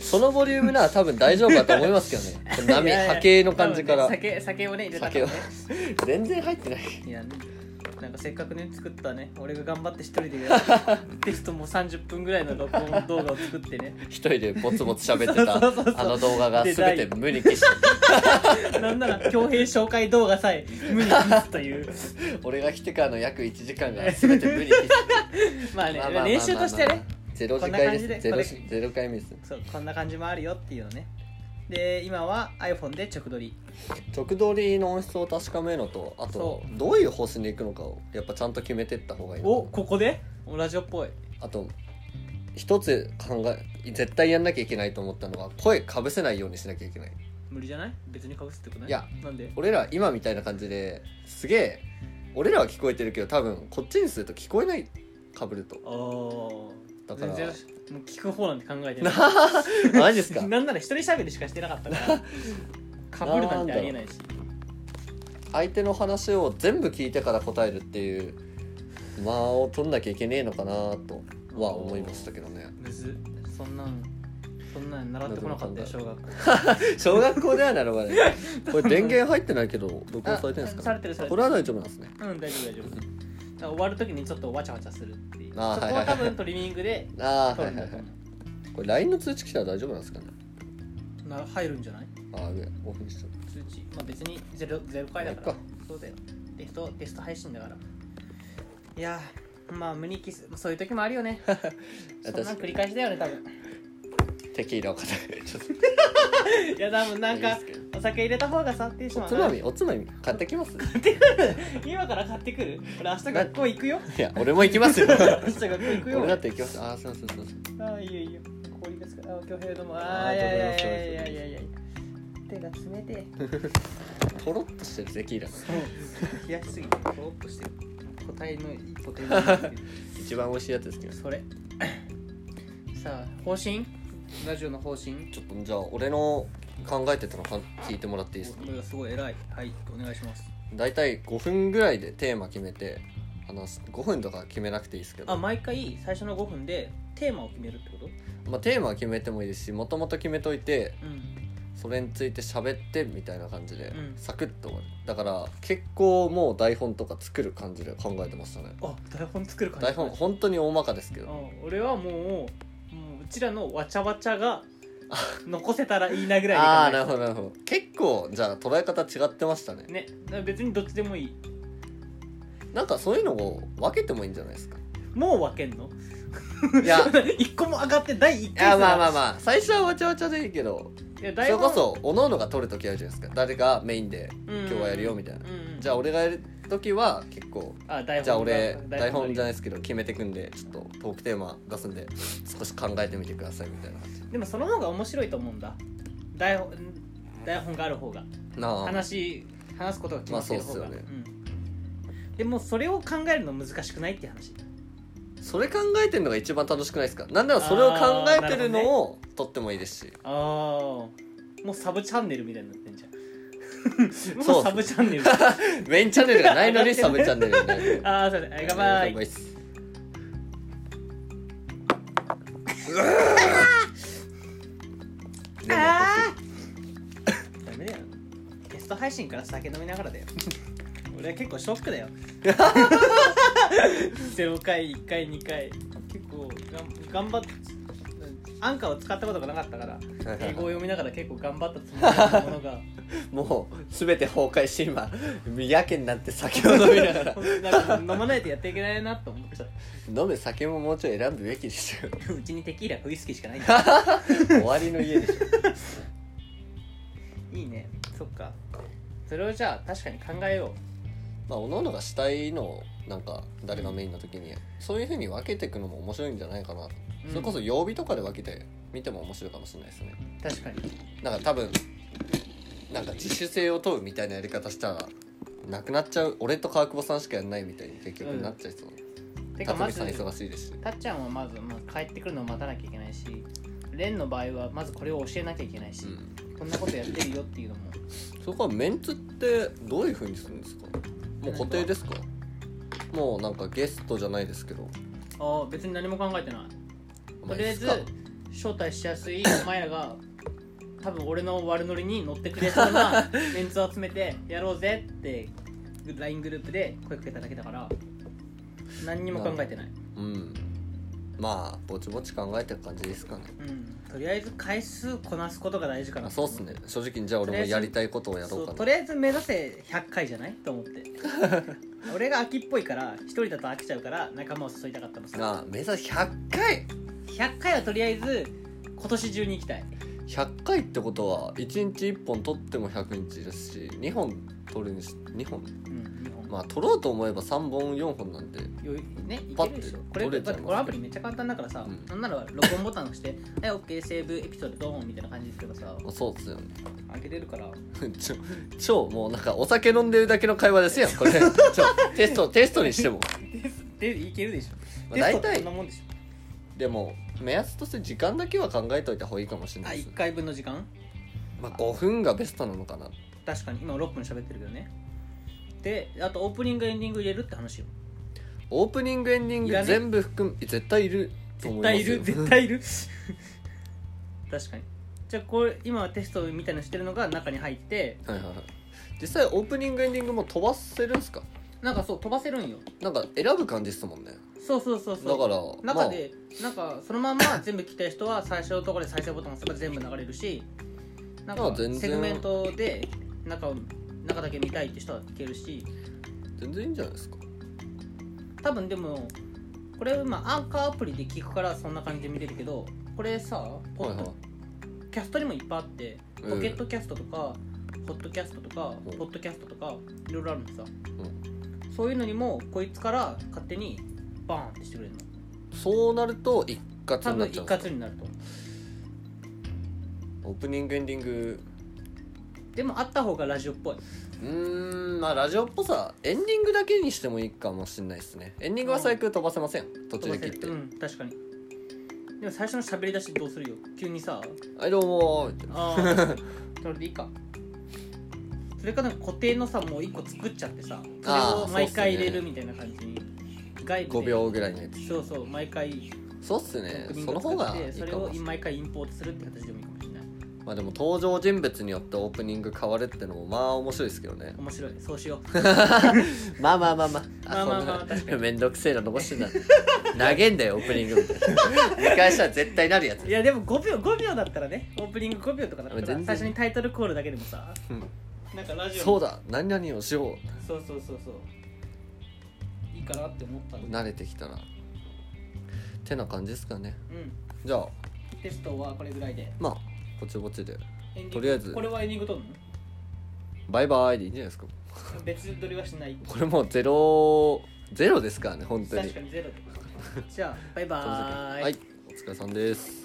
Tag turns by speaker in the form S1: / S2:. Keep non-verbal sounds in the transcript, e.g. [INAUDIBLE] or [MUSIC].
S1: そのボリュームなら多分大丈夫だと思います
S2: [LAUGHS]
S1: けどねこの波波形の感じから、
S2: 多分ね酒酒をね入れたか
S1: 酒
S2: ら
S1: は
S2: ね
S1: 全然入ってない
S2: いやなんかせっかくね作ったね俺が頑張って一人でや [LAUGHS] るテストも30分ぐらいの録音動画を作ってね
S1: 一人でボツボツ喋ってた
S2: そうそうそう
S1: あの動画が全て無に消し
S2: なんなら恭平紹介動画さえ無に消すという
S1: 俺が来てからの約1時間が全て無に消し
S2: ま [LAUGHS] あね練習としてね
S1: ゼロ
S2: こん
S1: 次
S2: な感
S1: 回
S2: じ
S1: で
S2: です
S1: ゼ
S2: こ
S1: ロ
S2: れ
S1: しゼロ回目です
S2: そうこんな感じもあるよっていうのねで今は iPhone で直撮り
S1: 直撮りの音質を確かめるのとあと
S2: そ
S1: どういう方針でいくのかをやっぱちゃんと決めてった方がいいな
S2: おここでおラジオっぽい
S1: あと一つ考え絶対やんなきゃいけないと思ったのは声かぶせないようにしなきゃいけない
S2: 無理じゃない別にかぶすってことない
S1: いや
S2: なんで
S1: 俺ら今みたいな感じですげえ俺らは聞こえてるけど多分こっちにすると聞こえないかぶると
S2: ああ
S1: だから
S2: 全然もう聞く方なんて考えて [LAUGHS] ない
S1: なマジですか
S2: なんなら一人喋りしかしてなかった [LAUGHS] からかぶるなんてありえないし
S1: 相手の話を全部聞いてから答えるっていう間を取んなきゃいけねえのかなとは思いましたけどね
S2: むずっそんなんそんなん習ってこなかったよ小学校
S1: 小学校ではな
S2: [LAUGHS]
S1: るまでこれ電源入ってないけど録音されてるんです
S2: あさ
S1: か
S2: れてるされて
S1: こ
S2: る
S1: れは大丈夫なんですね
S2: うん大丈夫大丈夫だから終わる時にちょっとわちゃわちゃするっていうそこ
S1: あーはいはいは
S2: はい多分トリミングで
S1: ああ
S2: 撮
S1: は
S2: る
S1: い
S2: ん
S1: は
S2: だ
S1: い
S2: と
S1: は
S2: 思
S1: いこれ LINE の通知来たら大丈夫なんですかね
S2: うな入るんじゃない
S1: ああ上オフにしちゃっ
S2: 通知まあ別にゼロゼロ回だか
S1: まあ
S2: ら
S1: い
S2: そうだよテストテスト配信だからいやーまあ無にキスそういう時もあるよね [LAUGHS] そんなん繰り返しだよね多分
S1: たテキーラを固めちょっ
S2: いや多分なん
S1: いい
S2: か
S1: ですけど
S2: お酒入れた方がさテンショ
S1: と
S2: ン上
S1: おつ
S2: が
S1: ま
S2: る
S1: みおつまみ買ってきます
S2: 今から買ってくる俺明日学校行くよ
S1: いや俺も行きます [LAUGHS] よ
S2: 明日学校行くよ
S1: 俺だって行きますああそうそうそうそう
S2: ああいいよいいよ氷ですからあ恭平どうも
S1: あ
S2: あ
S1: あ
S2: あいやいや
S1: どう
S2: い
S1: ぞどうぞ
S2: やいやいやいや手が冷て
S1: とろっとしてるテキーラ
S2: え冷やしすぎてとろっとしてる答えの一歩手前
S1: 一番美味しいやつで
S2: [LAUGHS]
S1: すけど
S2: それさあ方針ラジオの方針
S1: ちょっとじゃあ俺の考えてたのか聞いてもらっていいですか
S2: これがすごい偉いはいお願いします
S1: 大体5分ぐらいでテーマ決めて話す5分とか決めなくていいですけど
S2: あ毎回最初の5分でテーマを決めるってこと
S1: まあ、テーマは決めてもいいですしもともと決めといて
S2: うん
S1: それについて喋ってみたいな感じで、
S2: うん
S1: サクッと終わるだから結構もう台本とか作る感じで考えてましたね
S2: あ台本作る感じ
S1: 台本本当に大まかですけど
S2: あ俺はもうもううちらのわちゃわちゃが残せたらいいなぐらいで考え
S1: ああーなるほどなるほど結構じゃあ捉え方違ってましたね
S2: ねだから別にどっちでもいい
S1: なんかそういうのを分けてもいいんじゃないですか
S2: もう分けんの
S1: いや
S2: [LAUGHS] 一個も上がって第1回
S1: いやまあまあ
S2: あ
S1: まあ最初はわちゃわちゃでいいけど
S2: いや
S1: それこそおのおのが取る時あるじゃないですか誰がメインで今日はやるよみたいなじゃあ
S2: あ
S1: 俺がやる時は結構
S2: あ台本
S1: じゃあ俺台
S2: ない
S1: 本じゃないですけど決めてくんでちょっとトークテーマ出すんで少し考えてみてくださいみたいな感じ
S2: でもその方が面白いと思うんだ台本台本がある方が
S1: なあ
S2: 話話すことが決まってる方が、
S1: まあそうっす
S2: うんでもそれを考えるの難しくないって話
S1: それ考えてるのが一番楽しくないですかなんならそれを考えてるのを撮ってもいいですし
S2: ああもうサブチャンネルみたいになってん
S1: [LAUGHS]
S2: じゃん
S1: そ
S2: も
S1: う
S2: うサブチャンネ
S1: [LAUGHS]
S2: ル
S1: メインチャンネルがないのにサブチャンネルになる
S2: ああそうだ頑張い
S1: いっすうわ
S2: あーダメだよゲスト配信から酒飲みながらだ
S1: [LAUGHS]
S2: よ俺は結構ショックだよ0回1回2回結構がん頑張ってアンカーを使ったことがなかったから
S1: ー
S2: 英語を読みながら結構頑張ったつもりだったもの
S1: [LAUGHS]
S2: が
S1: もう全て崩壊して今やけになって酒を飲みながら
S2: なんか飲まないとやっていけないなと思っちゃっ
S1: 飲む酒ももうちょい選ぶべきですよ
S2: たうちにテキーラウイスキーしかないんだ
S1: 終わりの家でしょ
S2: いいねそっかそれをじゃあ確かに考えよ
S1: まあおののがしたいのをなんか誰がメインの時にそういうふうに分けていくのも面白いんじゃないかなと、
S2: う、うん
S1: それこそ曜日とかで分けて見ても面白いかもしれないですね
S2: 確かに
S1: なんか多分なんか自主性を問うみたいなやり方したらなくなっちゃう俺と川久保さんしかやんないみたいに結局なっちゃいそう、
S2: てか
S1: 辰
S2: ま
S1: 巳
S2: ず
S1: さん忙しいですした
S2: っちゃんはまず、まあ、帰ってくるのを待たなきゃいけないし蓮の場合はまずこれを教えなきゃいけないし、
S1: うん
S2: こんなことやってるよっていうのも
S1: そこはメンツってどういうふうにするんですかもう固定ですかもうなんかゲストじゃないですけど
S2: ああ別に何も考えてない
S1: ま
S2: とりあえず
S1: いいっす
S2: 招待しやすいお前らが多分俺の悪ノリに乗ってくれそう
S1: [LAUGHS]
S2: なメンツを集めてやろうぜって LINE グループで声かけただけだから何にも考えてない、
S1: うんまあぼちぼち考えてる感じですかね
S2: うん、とりあえず回数こなすことが大事かな
S1: あそうっすね正直にじゃあ俺もやりたいことをやろ
S2: そうう
S1: か
S2: と
S1: な
S2: りあえず目指せ100回じゃないと思って [LAUGHS] 俺が飽きっぽいから一人だと飽きちゃうから仲間を誘いたかったのさ
S1: ああ目指す100回
S2: 100回はとりあえず今年中に行きたい
S1: 100回ってことは1日1本取っても100日ですし2本取るにし2本
S2: うん2本、
S1: まあ取ろうと思えば3本4本なんで
S2: よいねい
S1: パ
S2: け
S1: ッ
S2: るでしょ
S1: て
S2: これ
S1: 取
S2: だ
S1: れちゃ
S2: っ
S1: います
S2: てこのアプリめっちゃ簡単だからさ、
S1: うん
S2: なんなら録音ボタン押して [LAUGHS] 「はい OK セーブエピソードドーン」みたいな感じですけどさ
S1: まあそうっすよね [LAUGHS]
S2: あげれるから
S1: ちょ超もうなんかお酒飲んでるだけの会話ですやんこ
S2: [LAUGHS]
S1: れちょテストテストにしても、
S2: でいけるでしょ、
S1: まあ、
S2: テスト
S1: 大
S2: ってこ
S1: 体
S2: んなもんでしょ
S1: でも目安として時間だけは考えといた方がいいかもしれ
S2: あ
S1: ないです
S2: 1、回分の時間
S1: まあ、5分がベストなのかな
S2: 確かに今6分喋ってるけどねであとオープニングエンディング入れるって話よ
S1: オープニングエンディン
S2: い
S1: グ
S2: らね
S1: 全部含む絶対いると思
S2: 絶
S1: います
S2: 対い
S1: よ
S2: る
S1: [LAUGHS]
S2: 絶対いる確かにじゃあこれ今テストみたいなのしてるのが中に入って
S1: はいはいはい実際オープニングエンディングも飛ばせるんすか
S2: なんかそう飛ばせるんよ
S1: なんか選ぶ感じっすもんね
S2: そうそうそうそう
S1: だか
S2: 中
S1: ら
S2: で、なんかそのまんま全部聞きたい人は最初のところで再生ボタンを押せば全部流れるしなん
S1: あ
S2: か
S1: 全然
S2: セグメントで中を中だけ見たいって人は聞けるし
S1: まあ、全然いいんじゃないですか
S2: 多分でもこれまあアンカーアプリで聞くからそんな感じで見れるけどこれさポ
S1: はい
S2: ッ
S1: はい
S2: ドキャストにもいっぱいあって
S1: うん
S2: ポケットキャストとか、ポッドキャストとか、
S1: うん
S2: ポッドキャストとかいろいろあるのさ、そういうのにもこいつから勝手にバーンってしてくれるの
S1: そうなると一括
S2: 多
S1: にな
S2: 分
S1: っ
S2: 一
S1: ちゃうんです
S2: 括になると思う
S1: オープニングエンディング
S2: でもあった方がラジオっぽいう
S1: ーんまあラジオっぽさエンディングだけにしてもいいかもしれないですねエンディングは最悪飛ばせません、途中で切って「
S2: うん確かにでも最初の喋り出しどうするよ急にさ
S1: はいどうも」みたいな
S2: ああ
S1: [LAUGHS]
S2: それでいいかそれかなんか固定のさもう一個作っちゃってさそれ
S1: あー
S2: を毎回入れ
S1: そ
S2: る
S1: うっす
S2: みたいな感じに外部
S1: 5
S2: で
S1: 秒ぐらいのやつ
S2: そうそう毎回
S1: そうっすねその方がいい
S2: それ
S1: かも
S2: を
S1: しれない
S2: 毎回インポートするって形でもいいかもしれない
S1: まあでも登場人物によってオープニング変わるってのもまあ面白いですけどね
S2: 面白いそうしよ
S1: まあまあま
S2: まあ
S1: あまあ
S2: まあまあ
S1: そんな [LAUGHS]
S2: 確かに
S1: めんどくせえな残してた投げんだよオープニング [LAUGHS] みたいな見返したら絶対なるやつ
S2: ういやでも5秒5秒だったらねオープニング5秒とかだったら
S1: 全然
S2: 最初にタイトルコールだけでもさ
S1: うん
S2: なんかラジオ
S1: そうだ何々をしよ
S2: そうそうそうそういいかなって思った
S1: うん
S2: で
S1: 慣れてきたらてな感じですかね
S2: うん
S1: じゃあ
S2: テストはこれぐらいで
S1: まあぼちぼちで
S2: エンディング
S1: とりあえず
S2: これはエンディング撮るの
S1: バイバイでいいんじゃないですか
S2: 別撮りはしない
S1: これもうゼロゼロですからね本当に
S2: 確かにゼロでじゃあバイバーイ
S1: はいお疲れさんです